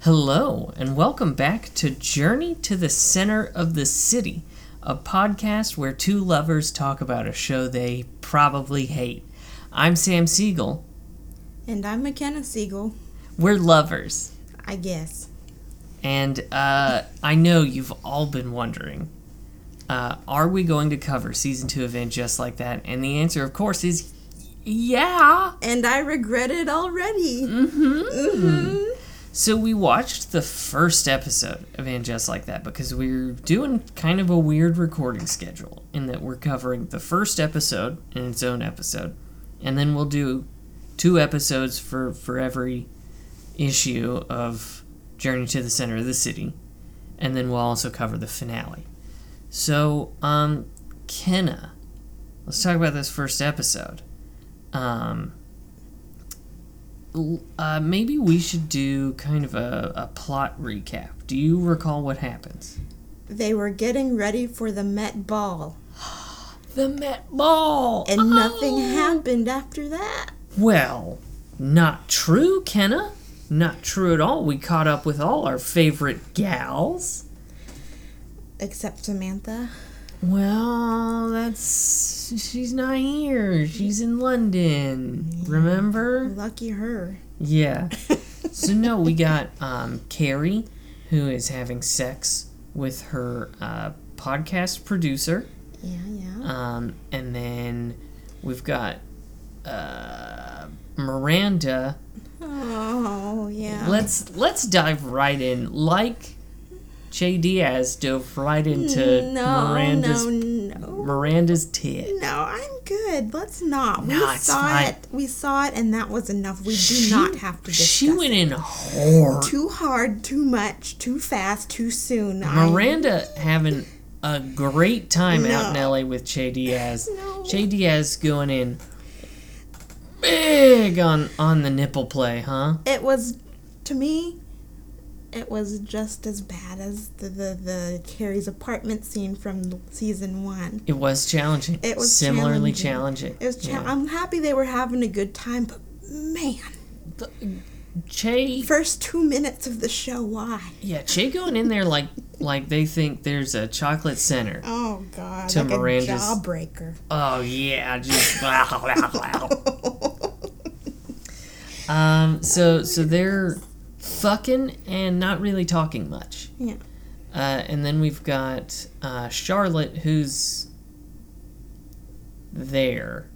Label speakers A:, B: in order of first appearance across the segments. A: Hello, and welcome back to Journey to the Center of the City, a podcast where two lovers talk about a show they probably hate. I'm Sam Siegel.
B: And I'm McKenna Siegel,
A: We're lovers.
B: I guess.
A: And uh, I know you've all been wondering uh, are we going to cover season two of In Just Like That? And the answer, of course, is yeah. Mm-hmm.
B: And I regret it already.
A: So we watched the first episode of And Just Like That because we're doing kind of a weird recording schedule in that we're covering the first episode in its own episode, and then we'll do two episodes for, for every issue of Journey to the Center of the City, and then we'll also cover the finale. So, um, Kenna, let's talk about this first episode. Um, l- uh, maybe we should do kind of a, a plot recap. Do you recall what happens?
B: They were getting ready for the Met Ball,
A: The Met Ball! Oh!
B: and nothing happened after that.
A: Well, not true, Kenna. Not true at all. We caught up with all our favorite gals.
B: Except Samantha.
A: Well, that's. She's not here. She's in London. Remember?
B: Lucky her.
A: Yeah. so no, we got um, Carrie, who is having sex with her uh, podcast producer,
B: Yeah, yeah.
A: um, and then we've got uh, Miranda.
B: Oh, yeah.
A: Let's let's dive right in, like Che Diaz dove right into
B: Mm, no,
A: Miranda's
B: no, no.
A: Miranda's tit.
B: No, I'm good. Let's not.
A: No,
B: we
A: it's
B: saw
A: fine.
B: it. We saw it, and that was enough. We do
A: She-
B: not have to discuss
A: She went in hard.
B: too hard, too much, too fast, too soon. I-
A: Miranda having a great time out in
B: No.
A: LA with Che Diaz.
B: No.
A: Che Diaz going in big on on the nipple play, huh?
B: it was to me it was just as bad as the the, the carrie's apartment scene from season one
A: It was challenging.
B: It was
A: similarly challenging.
B: challenging. it was cha-
A: Yeah.
B: i'm happy they were having a good time but man
A: Che,
B: first two minutes of the show why
A: yeah, Che going in there like like they think there's a chocolate center.
B: oh god
A: To
B: like
A: Miranda's-
B: a jawbreaker
A: Oh yeah, just blah, blah, blah. Um, so so they're fucking and not really talking much.
B: Yeah.
A: Uh, and then we've got uh, Charlotte, who's there.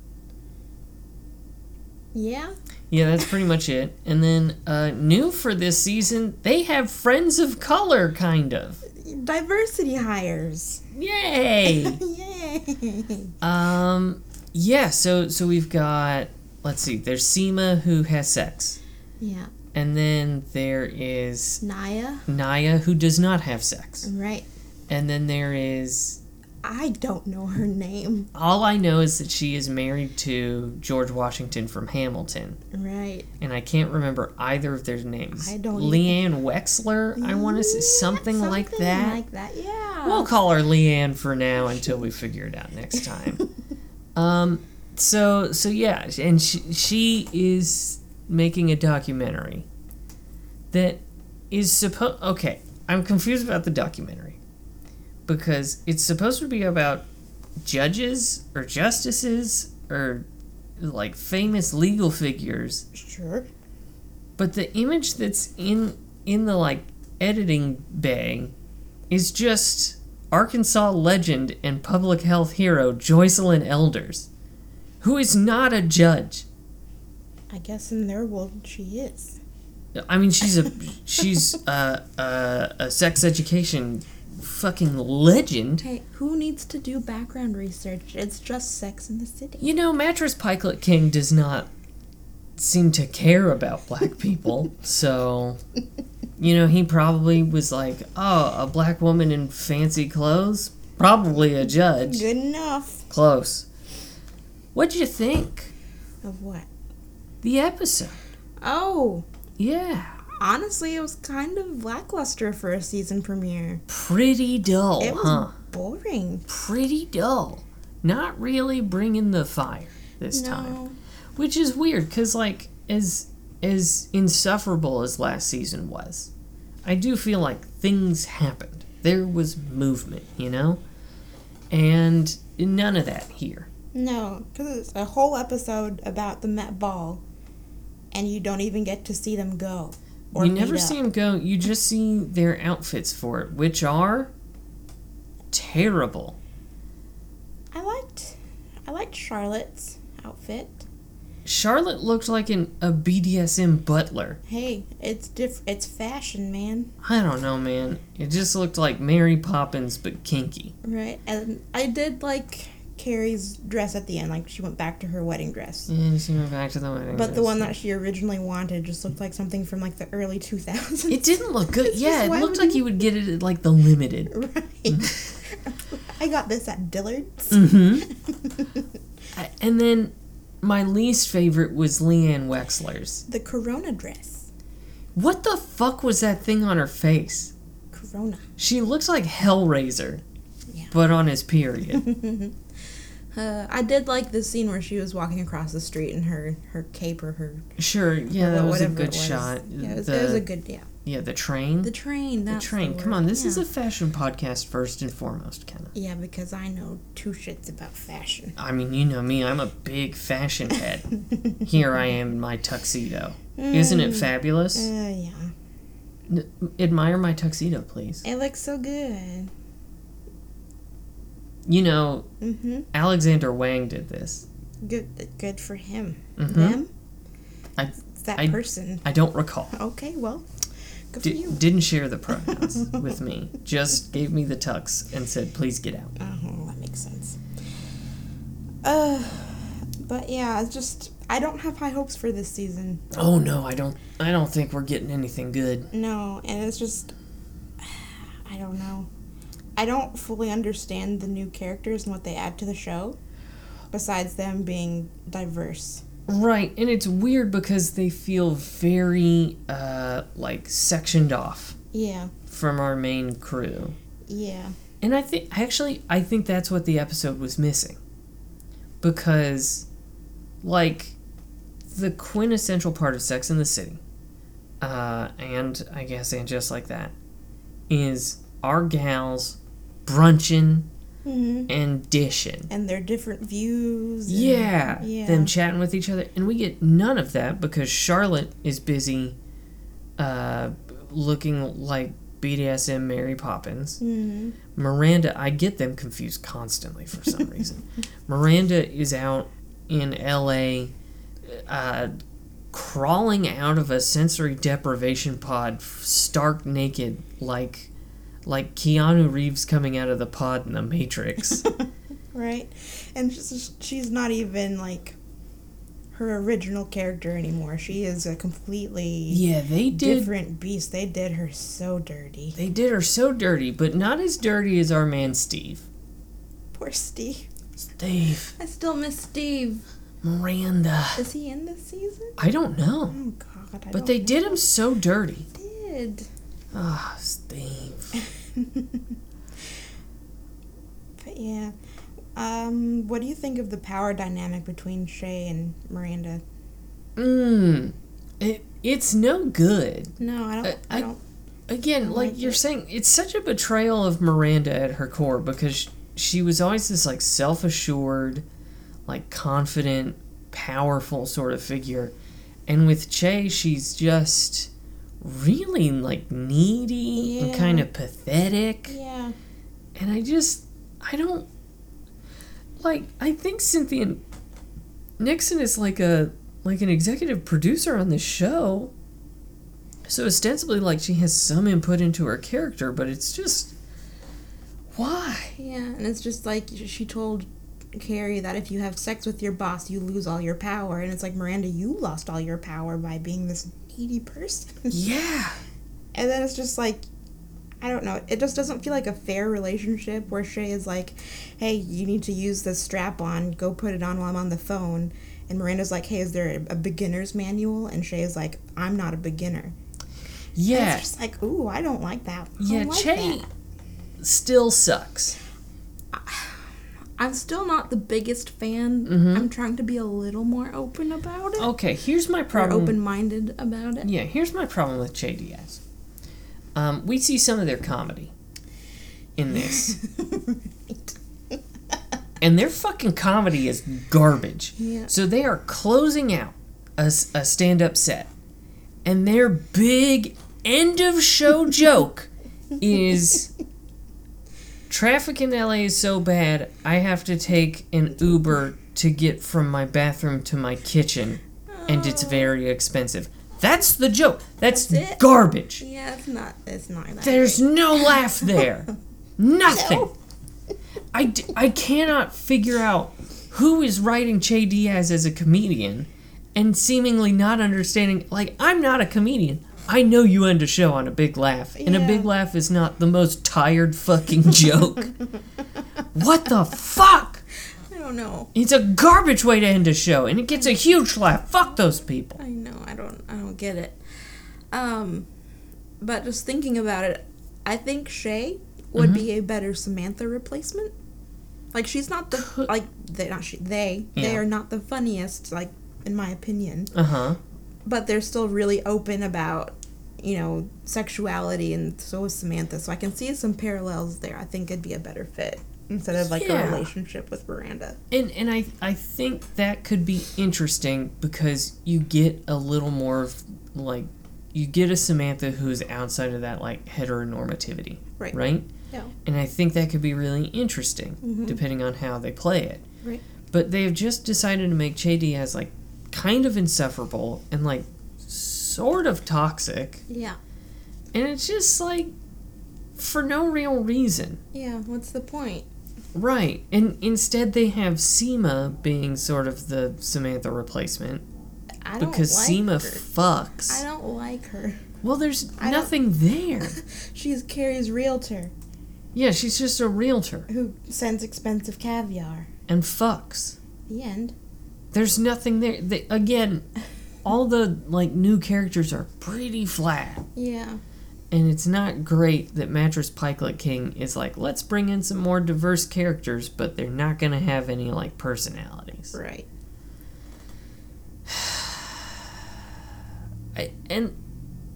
B: yeah
A: Yeah, that's pretty much it. And then uh, new for this season, they have friends of color, kind of.
B: diversity hires
A: Yay!
B: yay
A: um, yeah. So so we've got let's see. There's Seema who has sex,
B: yeah
A: and then there is
B: naya
A: Naya who does not have sex,
B: right
A: and then there is
B: i don't know her name
A: All I know is that she is married to George Washington from Hamilton,
B: right
A: and I can't remember either of their names.
B: I don't
A: Leanne Wexler, I want to say something, like
B: Something
A: that.
B: like that yeah
A: we'll call her Leanne for now until we figure it out next time. um, so so yeah, and she, she is making a documentary that is supposed. Okay, I'm confused about the documentary because it's supposed to be about judges or justices or like famous legal figures
B: sure
A: but the image that's in in the like editing bay is just Arkansas legend and public health hero Joycelyn Elders, who is not a judge.
B: I guess in their world she is.
A: I mean, she's a she's a, a, a sex education fucking legend.
B: Hey, who needs to do background research? It's just Sex in the City.
A: You know, Mattress Pikelet King does not seem to care about black people, so you know, he probably was like, Oh, a black woman in fancy clothes? Probably a judge.
B: Good enough.
A: Close. What'd you think?
B: Of what?
A: The episode.
B: Oh,
A: Yeah.
B: honestly, it was kind of lackluster for a season premiere.
A: Pretty dull,
B: It was
A: huh?
B: boring.
A: Pretty dull. Not really bringing the fire this time.
B: No.
A: which is weird because like as as insufferable as last season was I do feel like things happened. There was movement, you know? And none of that here.
B: No, because it's a whole episode about the Met Ball, and you don't even get to see them go. or
A: you
B: meet
A: never
B: up.
A: see them go. You just see their outfits for it, which are terrible.
B: I liked, I liked Charlotte's outfit.
A: Charlotte looked like an a BDSM butler.
B: Hey, it's diff. It's fashion, man.
A: I don't know, man. It just looked like Mary Poppins but kinky.
B: Right, and I did like Carrie's dress at the end. Like she went back to her wedding dress,
A: And she went back to the wedding.
B: but the
A: dress.
B: one that she originally wanted just looked like something from like the early two thousands.
A: it didn't look good.
B: It's
A: Yeah,
B: just,
A: it
B: why
A: looked
B: would
A: like you would get it at like the limited.
B: Right. I got this at Dillard's.
A: Mm-hmm. and then my least favorite was Leanne Wexler's.
B: The Corona dress.
A: What the fuck was that thing on her face?
B: Corona.
A: She looks like Hellraiser,
B: Yeah.
A: but on his period.
B: Uh, I did like the scene where she was walking across the street in her her cape or her
A: sure, yeah, that was a
B: whatever
A: good
B: it was.
A: shot.
B: Yeah, it was,
A: the,
B: it was a good yeah.
A: yeah, the train. The,
B: The train. That's
A: train.
B: the
A: Come
B: word,
A: on, this is
B: yeah.
A: a fashion podcast first and foremost, Kenna.
B: yeah because I know two shits about fashion.
A: I mean, you know me, I'm a big fashion head. Here I am in my tuxedo. Isn't it
B: Uh,
A: fabulous?
B: yeah,
A: N- admire my tuxedo, please.
B: it looks so good.
A: You know,
B: Mhm.
A: Alexander Wang did this.
B: Good. Good for him.
A: Mhm.
B: Them.
A: I-
B: it's that
A: I-
B: person.
A: I don't recall.
B: Okay. Well. Good for
A: D-
B: you.
A: didn't share the pronouns with me. Just gave me the tux and said, "Please get out."
B: Oh, that makes sense. Uh, but yeah, it's just I don't have high hopes for this season.
A: Oh no, I don't. I don't think we're getting anything good.
B: No, and it's just I don't know. I don't fully understand the new characters and what they add to the show, besides them being diverse.
A: Right, and it's weird because they feel very uh, like sectioned off
B: Yeah,
A: from our main crew.
B: yeah,
A: And I think actually I think that's what the episode was missing. Because like the quintessential part of Sex in the City, uh, and I guess and just like that, is our gals brunching
B: hmm
A: and dishing.
B: and their different views. and-
A: Yeah,
B: yeah.
A: Them chatting with each other. And we get none of that because Charlotte is busy uh, looking like BDSM Mary Poppins.
B: Mhm.
A: Miranda, I get them confused constantly for some reason. Miranda is out in LA uh, crawling out of a sensory deprivation pod f- stark naked like like Keanu Reeves coming out of the pod in the Matrix.
B: Right, and she's she's not even like her original character anymore. She is a completely
A: yeah, they did
B: different beast. They did her so dirty.
A: they did her so dirty, but not as dirty as our man Steve.
B: Poor Steve.
A: Steve,
B: I still miss Steve.
A: Miranda.
B: Is he in this season?
A: I don't know,
B: Oh God, I
A: but they did him so dirty.
B: did.
A: Ah, Steve.
B: But yeah, um, what do you think of the power dynamic between Shay and Miranda?
A: Mm, it, it's no good.
B: No, I don't.
A: Uh,
B: I,
A: I-
B: don't.
A: Again, like
B: like
A: you're
B: it.
A: saying, it's such a betrayal of Miranda at her core because sh- she was always this like self assured, like confident, powerful sort of figure. And with Che, she's just really like needy and
B: Yeah.
A: kind of pathetic.
B: Yeah.
A: And I just, I don't, like, I think Cynthia Nixon is like a, like an executive producer on this show. So ostensibly, like, she has some input into her character, but it's just, why?
B: Yeah, and it's just like she told Carrie that if you have sex with your boss, you lose all your power, and it's like Miranda, you lost all your power by being this needy person.
A: Yeah.
B: And then it's just like, I don't know. It just doesn't feel like a fair relationship where Shay is like, hey, you need to use this strap on. Go put it on while I'm on the phone. And Miranda's like, hey, is there a beginner's manual? And Shay is like, I'm not a beginner. And
A: Yeah.
B: It's just like, ooh, I don't like that. I
A: Yeah,
B: don't like
A: Che
B: that.
A: still sucks.
B: I'm still not the biggest fan.
A: Mm-hmm.
B: I'm trying to be a little more open about it.
A: Okay, here's my
B: or
A: Oh, problem.
B: open minded about it.
A: Yeah, here's my problem with Che Diaz. Um, we see some of their comedy in this, and their fucking comedy is garbage.
B: Yeah.
A: So they are closing out a, s- a stand-up set, and their big end of show joke is traffic in LA is so bad I have to take an Uber to get from my bathroom to my kitchen, and it's very expensive. That's the joke. That's,
B: That's it?
A: garbage.
B: Yeah, it's not. It's not. That
A: There's no laugh there. Nothing. I, d- I cannot figure out who is writing Che Diaz as a comedian and seemingly not understanding. Like, I'm not a comedian. I know you end a show on a big laugh, and a
B: Yeah.
A: big laugh is not the most tired fucking joke. what the fuck?
B: great. I don't know.
A: It's a garbage way to end a show, and it gets a huge laugh. Fuck those people.
B: I know. I don't. I don't get it. Um, but just thinking about it, I think Shay would be
A: Mm-hmm.
B: a better Samantha replacement. Like she's not the like they not she they they
A: Yeah.
B: are not the funniest like in my opinion,
A: Uh huh.
B: but they're still really open about you know sexuality and so is Samantha. So I can see some parallels there. I think it'd be a better fit instead of like
A: Yeah.
B: a relationship with Miranda.
A: And and I I think that could be interesting because you get a little more of like you get a Samantha who's outside of that like heteronormativity,
B: Right.
A: Right?
B: Yeah. Mm-hmm.
A: And I think that could be really interesting depending on how they play it.
B: Right.
A: But they've just decided to make Che Diaz like kind of insufferable and like sort of toxic,
B: Yeah.
A: and it's just like for no real reason.
B: Yeah. What's the point?
A: Right. And instead they have Sema being sort of the Samantha replacement
B: I don't
A: because
B: like
A: Seema
B: her. I
A: fucks.
B: don't like her.
A: Well, there's
B: I don't-
A: nothing there.
B: She's Carrie's realtor
A: Yeah, she's just a realtor
B: who sends expensive caviar.
A: and fucks.
B: The end.
A: There's nothing there. They, again, all the like new characters are pretty flat.
B: Yeah.
A: And it's not great that Mattress Pikelet King is like, let's bring in some more diverse characters, but they're not going to have any like personalities.
B: Right.
A: I, and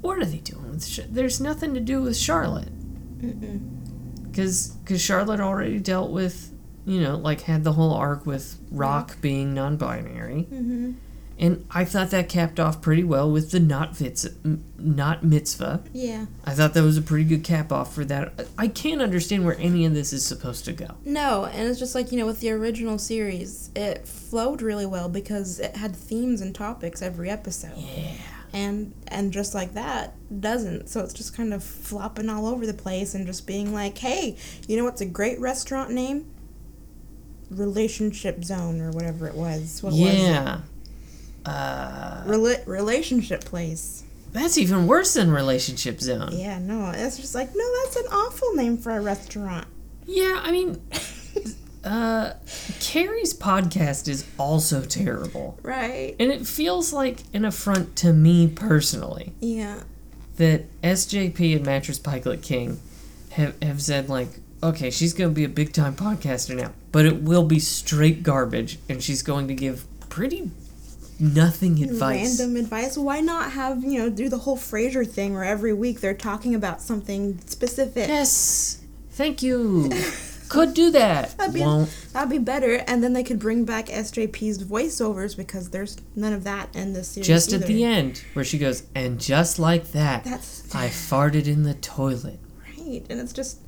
A: what are they doing with? Sh- There's nothing to do with Charlotte
B: Mm-mm.
A: because Charlotte already dealt with, you know, like had the whole arc with Rock being non-binary,
B: Mhm.
A: and I thought that capped off pretty well with the not fits, m- not mitzvah.
B: Yeah.
A: I thought that was a pretty good cap off for that. I I can't understand where any of this is supposed to go.
B: No, and it's just like, you know, with the original series, it flowed really well because it had themes and topics every episode.
A: Yeah,
B: And and just like that doesn't. So it's just kind of flopping all over the place and just being like, "Hey, you know what's a great restaurant name? Relationship Zone or whatever it was." What was it?
A: yeah. Uh,
B: Rel- relationship place.
A: that's even worse than relationship zone.
B: Yeah, no, it's just like no, that's an awful name for a restaurant.
A: Yeah, I mean, uh, Carrie's podcast is also terrible.
B: Right.
A: And it feels like an affront to me personally
B: Yeah.
A: that SJP and Mattress Pikelet King have, have said, like, okay, she's going to be a big time podcaster now, but it will be straight garbage, and she's going to give pretty nothing advice.
B: Random advice. Why not have you know do the whole Frasier thing where every week they're talking about something specific?
A: Yes, thank you. Could do that.
B: That'd be,
A: Won't.
B: that'd be better, and then they could bring back SJP's voiceovers because there's none of that in this series.
A: just
B: either.
A: at the end where she goes and just like that
B: That's-
A: i farted in the toilet
B: Right, and it's just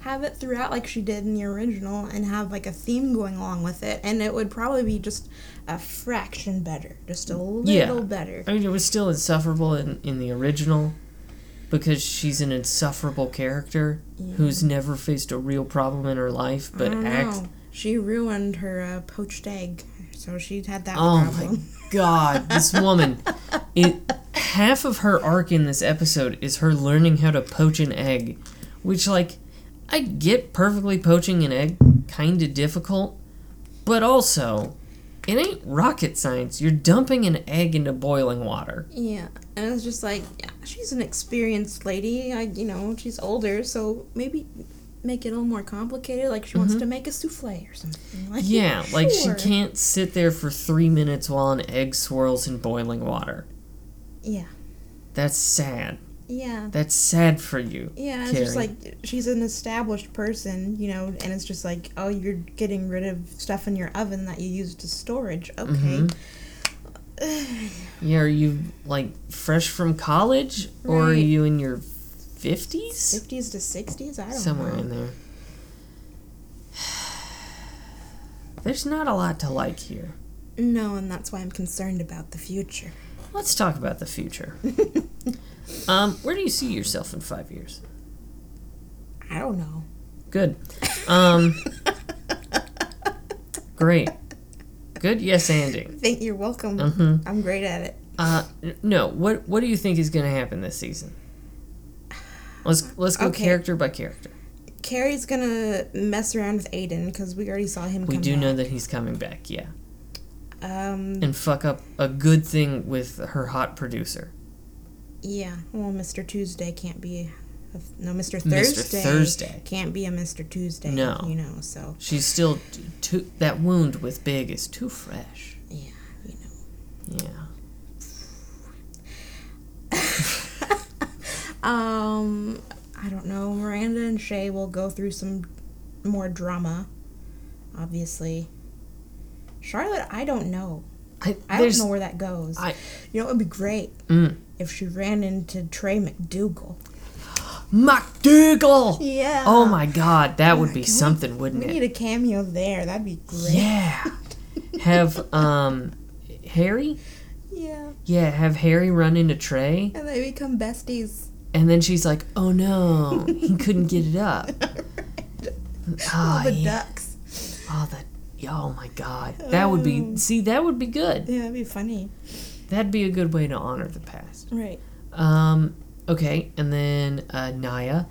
B: have it throughout like she did in the original, and have like a theme going along with it, and it would probably be just a fraction better, just a little
A: Yeah.
B: better.
A: i mean it was still insufferable in, in the original because she's an insufferable character who's never faced a real problem in her life
B: I
A: but
B: don't
A: acts
B: know. She ruined her uh, poached egg, so she had that
A: oh
B: problem.
A: my god this woman it half of her arc in this episode is her learning how to poach an egg which like i get perfectly poaching an egg kind of difficult but also it ain't rocket science you're dumping an egg into boiling water
B: Yeah, and it's just like yeah, she's an experienced lady. I, you know, she's older, so maybe make it a little more complicated. Like she wants to make a souffle or something.
A: Mm-hmm.
B: Like,
A: yeah like
B: sure.
A: she can't sit there for three minutes while an egg swirls in boiling water
B: Yeah,
A: that's sad
B: Yeah.
A: That's sad for you.
B: Yeah, it's just
A: Carrie.
B: like she's an established person, you know, and it's just like, oh, you're getting rid of stuff in your oven that you used as storage. Okay.
A: Mhm. Yeah, are you like fresh from college or are
B: Right.
A: you in your 50s?
B: 50s to 60s? I don't
A: Somewhere
B: know.
A: in there. There's not a lot to like here.
B: No, and that's why I'm concerned about the future.
A: Let's talk about the future. um, where do you see yourself in five years?
B: I don't know.
A: Good. Um, great. Good yes anding.
B: Thank you're welcome.
A: Mhm.
B: I'm great at it.
A: Uh, n- no. What What do you think is going to happen this season? Let's Let's go
B: Okay.
A: character by character.
B: Carrie's gonna mess around with Aiden because we already saw him.
A: We
B: come
A: do
B: back.
A: know that he's coming back, yeah,
B: Um.
A: and fuck up a good thing with her hot producer,
B: Yeah. Well, Mr. Tuesday can't be. A, no, Mr.
A: Mr.
B: Thursday.
A: Thursday.
B: can't be a Mr. Tuesday.
A: No.
B: You know. So
A: She's still t- too. That wound with Big is too fresh.
B: yeah. You know.
A: Yeah.
B: Um, I don't know. Miranda and Shay will go through some more drama, obviously. Charlotte, I don't know.
A: I,
B: I
A: there's,
B: don't know where that goes.
A: I-
B: you know, it would be great
A: Mm.
B: if she ran into Trey McDougal.
A: McDougal.
B: Yeah.
A: Oh my God, that would be
B: God.
A: something, wouldn't
B: We
A: it?
B: need a cameo there. That'd be great.
A: yeah. Have um, Harry.
B: Yeah.
A: Yeah, have Harry run into Trey.
B: And they become besties.
A: And then she's like, "Oh no, he couldn't get it up." Oh,
B: the
A: yeah.
B: ducks.
A: oh, that. Oh my God, that would
B: Oh.
A: be. See, that would be good.
B: Yeah, that'd be funny.
A: That'd be a good way to honor the past.
B: Right.
A: Um. Okay, and then uh, Naya.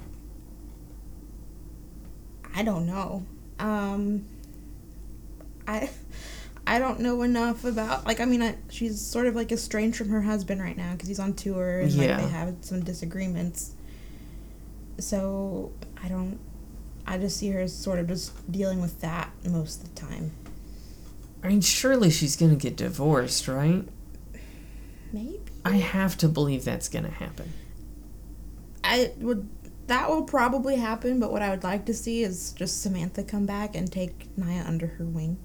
B: I don't know. Um, I I don't know enough about like I mean I, she's sort of like estranged from her husband right now because he's on tour and
A: Yeah.
B: like they have some disagreements. So I don't. I just see her as sort of just dealing with that most of the time.
A: I mean, surely she's gonna get divorced, right?
B: Maybe
A: I have to believe that's gonna happen.
B: I would. That will probably happen, but what I would like to see is just Samantha come back and take Naya under her wing.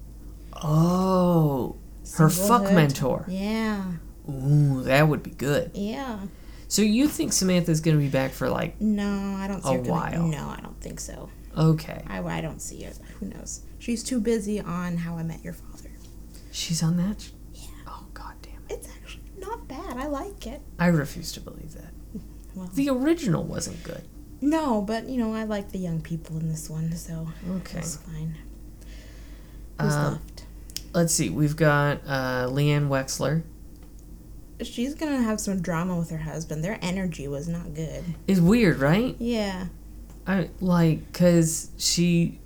A: Oh, her fuck
B: Singlehood.
A: mentor.
B: Yeah,
A: Ooh, that would be good.
B: yeah.
A: So you think Samantha's gonna be back for like?
B: No, I don't see
A: A
B: her gonna,
A: while.
B: No, I don't think so.
A: Okay,
B: I, I don't see it. Who knows? She's too busy on How I Met Your Father.
A: she's on that.
B: Yeah.
A: Oh god damn it!
B: It's actually not bad. I like it.
A: I refuse to believe that.
B: Well,
A: The original wasn't good.
B: no, but you know, I like the young people in this one, so
A: Okay.
B: it's fine. Who's
A: Um,
B: left?
A: Let's see. We've got uh, Leanne Wexler.
B: She's gonna have some drama with her husband. Their energy was not good.
A: It's weird, right?
B: Yeah.
A: I like because she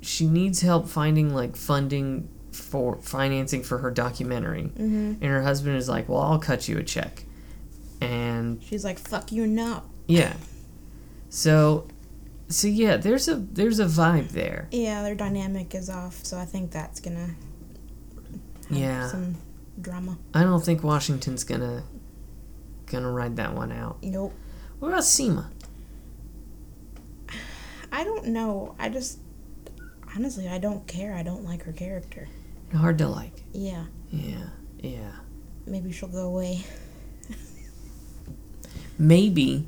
A: she needs help finding like funding for financing for her documentary,
B: Mm-hmm.
A: and her husband is like, "Well, I'll cut you a check," and
B: She's like, "Fuck you, no."
A: yeah, so so yeah, there's a there's a vibe there.
B: Yeah, their dynamic is off, so I think that's gonna have
A: Yeah,
B: some drama.
A: I don't think Washington's gonna gonna ride that one out.
B: Nope.
A: What about Seema?
B: I don't know. I just honestly, I don't care. I don't like her character.
A: Hard to like.
B: Yeah,
A: Yeah, yeah.
B: maybe she'll go away.
A: maybe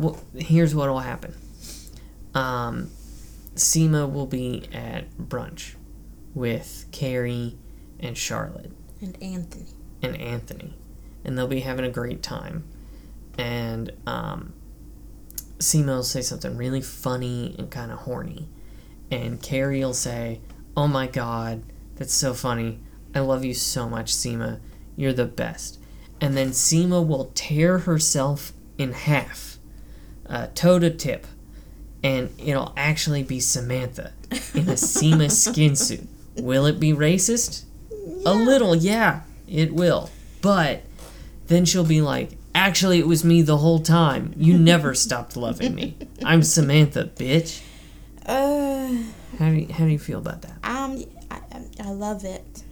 A: wh- here's what will happen um Seema will be at brunch with Carrie and Charlotte
B: And Anthony.
A: and Anthony and they'll be having a great time and um Seema will say something really funny and kind of horny and Carrie will say oh my god that's so funny I love you so much Seema you're the best and then Seema will tear herself in half uh, toe to tip and it'll actually be Samantha in a Seema skin suit will it be racist a little, yeah, it will. But then she'll be like, actually, it was me the whole time. You never stopped loving me. I'm Samantha, bitch.
B: Uh,
A: How do you, how do you feel about that?
B: um, I, I- I love it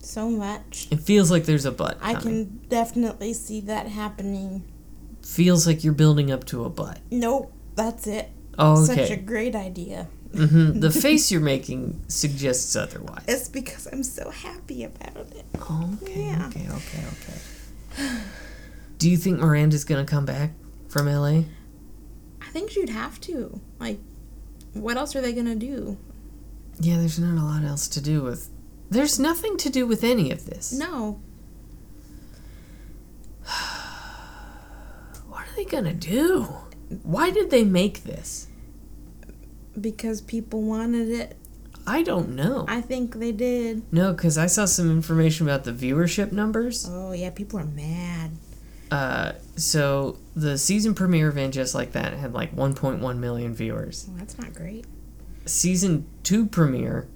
B: so much.
A: It feels like there's a butt.
B: I
A: coming.
B: can definitely see that happening
A: feels like you're building up to a butt.
B: Nope, that's it.
A: Oh,
B: Such a
A: okay.
B: great idea.
A: hmm The face you're making suggests otherwise.
B: It's because I'm so happy about it.
A: Oh, okay,
B: Yeah.
A: okay, okay, okay. Do you think Miranda's gonna come back from LA?
B: I think she'd have to. Like, what else are they gonna do?
A: Yeah, there's not a lot else to do with. There's nothing to do with any of this.
B: No.
A: What are they gonna do? Why did they make this?
B: Because people wanted it.
A: I don't know.
B: I think they did.
A: No, because I saw some information about the viewership numbers.
B: Oh, yeah, people are mad.
A: Uh, so the season premiere of And Just Like That had like 1.1 million viewers.
B: Well, that's not great.
A: Season two premiere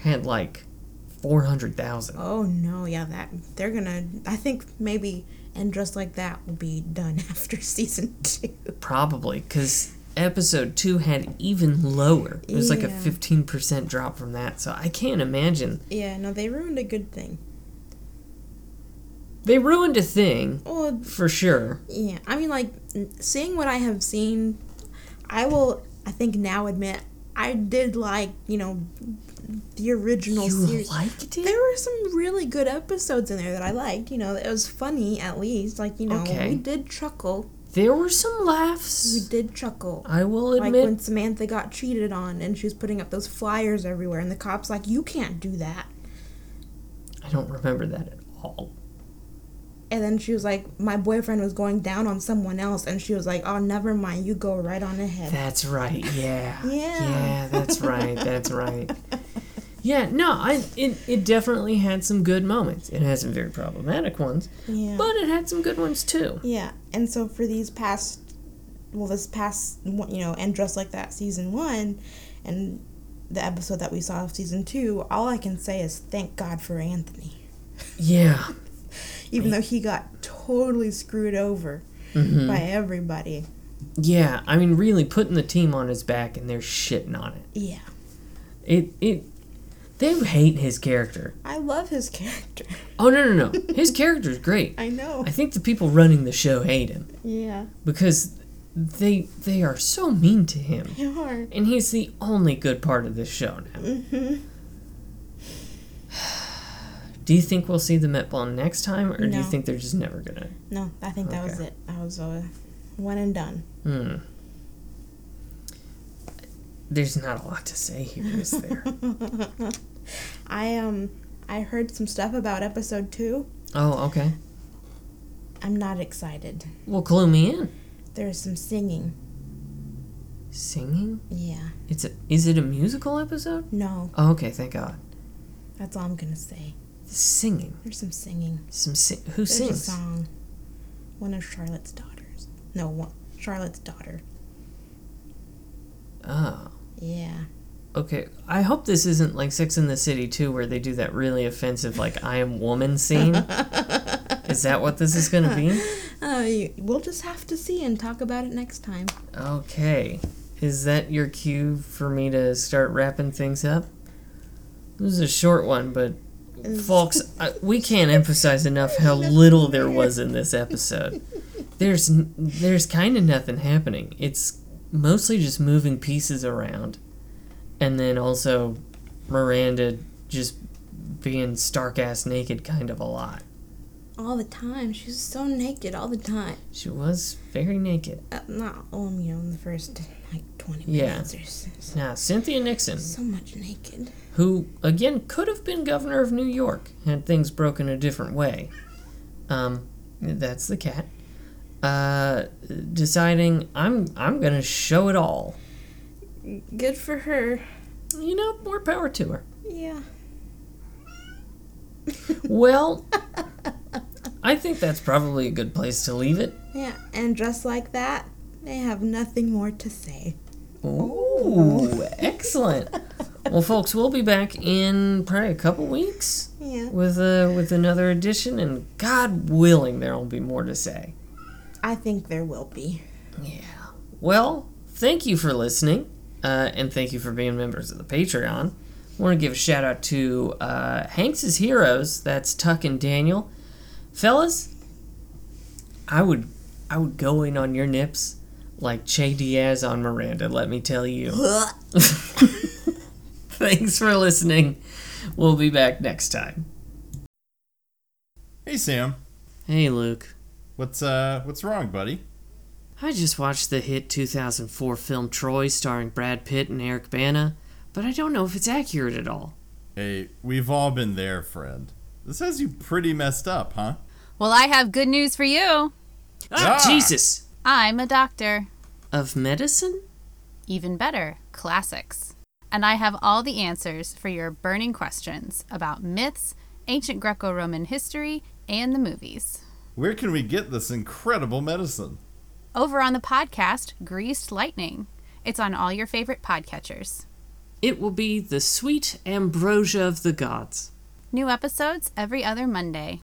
A: had like 400,000.
B: Oh, no, yeah, that. They're gonna. I think maybe. And just like that will be done after season two.
A: Probably because episode two had even lower. It was like a
B: Yeah.
A: 15% drop from that. So I can't imagine.
B: Yeah, no, they ruined a good thing.
A: They ruined a thing
B: Oh,
A: for sure.
B: Yeah, I mean, like n- seeing what I have seen, I will. I think now admit I did like you know the original
A: You
B: series.
A: liked it?
B: there were some really good episodes in there that I liked. You know, it was funny at least. Like you know,
A: Okay.
B: we did chuckle.
A: There were some
B: We
A: laughs.
B: did chuckle.
A: I will
B: Like
A: admit.
B: when Samantha got cheated on and she was putting up those flyers everywhere, and the cops like, "You can't do that."
A: I don't remember that at all.
B: And then she was like, "My boyfriend was going down on someone else," and she was like, "Oh, never mind. You go right on ahead."
A: That's right. Yeah.
B: Yeah.
A: Yeah, that's right. That's right. Yeah, no, I it, it definitely had some good moments. It had some very problematic ones,
B: Yeah.
A: but it had some good ones too.
B: Yeah, and so for these past, well, this past, one- you know, and dressed like that season one, and the episode that we saw of season two, all I can say is thank God for Anthony,
A: Yeah.
B: even though he got totally screwed over by everybody.
A: Mm-hmm. Yeah, I mean really putting the team on his back and they're shitting on it.
B: Yeah,
A: It it they hate his character.
B: I love his character.
A: Oh no no no. His character's great.
B: I know.
A: I think the people running the show hate him
B: Yeah,
A: because they they are so mean to him.
B: you are.
A: And he's the only good part of this show now.
B: Mm-hmm.
A: Do you think we'll see the Met Ball next time, or do you
B: No.
A: think they're just never gonna?
B: No, I think that was
A: Okay.
B: it. That was a one and done.
A: Hmm. There's not a lot to say here, is there?
B: I um, I heard some stuff about episode two.
A: oh, okay.
B: I'm not excited.
A: Well, clue me in.
B: There's some singing.
A: Singing?
B: Yeah.
A: It's a. Is it a musical episode?
B: No,
A: Oh, okay. Thank God.
B: That's all I'm gonna say.
A: Singing.
B: There's some singing.
A: Some sing. Who
B: There's a
A: sings?
B: song. One of Charlotte's daughters. No, one Charlotte's daughter.
A: Oh.
B: Yeah.
A: Okay, I hope this isn't like Sex in the City too, where they do that really offensive, like "I am woman" scene. is that what this is going to be?
B: Uh, you- we'll just have to see and talk about it next time.
A: Okay, is that your cue for me to start wrapping things up? This is a short one, but
B: Mm.
A: folks, I, we can't emphasize enough how little there was in this episode. There's n- there's kind of nothing happening. It's mostly just moving pieces around, and then also Miranda just being stark ass naked kind of a lot.
B: All the time. She's so naked all the time.
A: She was very naked.
B: Uh, not all you know in the first like 20
A: Yeah.
B: minutes. There's s-
A: Now Cynthia Nixon,
B: so much naked.
A: who again could have been governor of New York had things broken a different way. Um, that's the cat. Uh, deciding I'm I'm gonna show it all.
B: Good for her.
A: You know, more power to her.
B: Yeah.
A: Well, I think that's probably a good place to leave it.
B: Yeah. And just like that, they have nothing more to say.
A: Ooh, excellent. Well, folks, we'll be back in probably a couple weeks
B: Yeah.
A: with uh, with another edition, and God willing, there will be more to say.
B: I think there will be.
A: Yeah. Well, thank you for listening, uh, and thank you for being members of the Patreon. I want to give a shout out to uh, Hanks's Heroes. That's Tuck and Daniel, fellas. I would, I would go in on your nips like Che Diaz on Miranda, let me tell you. Thanks for listening. We'll be back next time.
C: Hey Sam,
A: Hey, Luke.
C: what's uh what's wrong, buddy?
A: I just watched the hit 2004 film Troy starring Brad Pitt and Eric Bana, but I don't know if it's accurate at all.
C: Hey, we've all been there, friend. This has you pretty messed up, huh?
D: Well, I have good news for you.
A: Ah,
C: Ah!
A: Jesus!
D: I'm a doctor.
A: Of medicine?
D: Even better, classics. And I have all the answers for your burning questions about myths, ancient Greco Roman history, and the movies.
C: Where can we get this incredible medicine?
D: Over on the podcast, Greased Lightning. It's on all your favorite podcatchers.
A: It will be the sweet ambrosia of the gods.
D: New episodes every other Monday.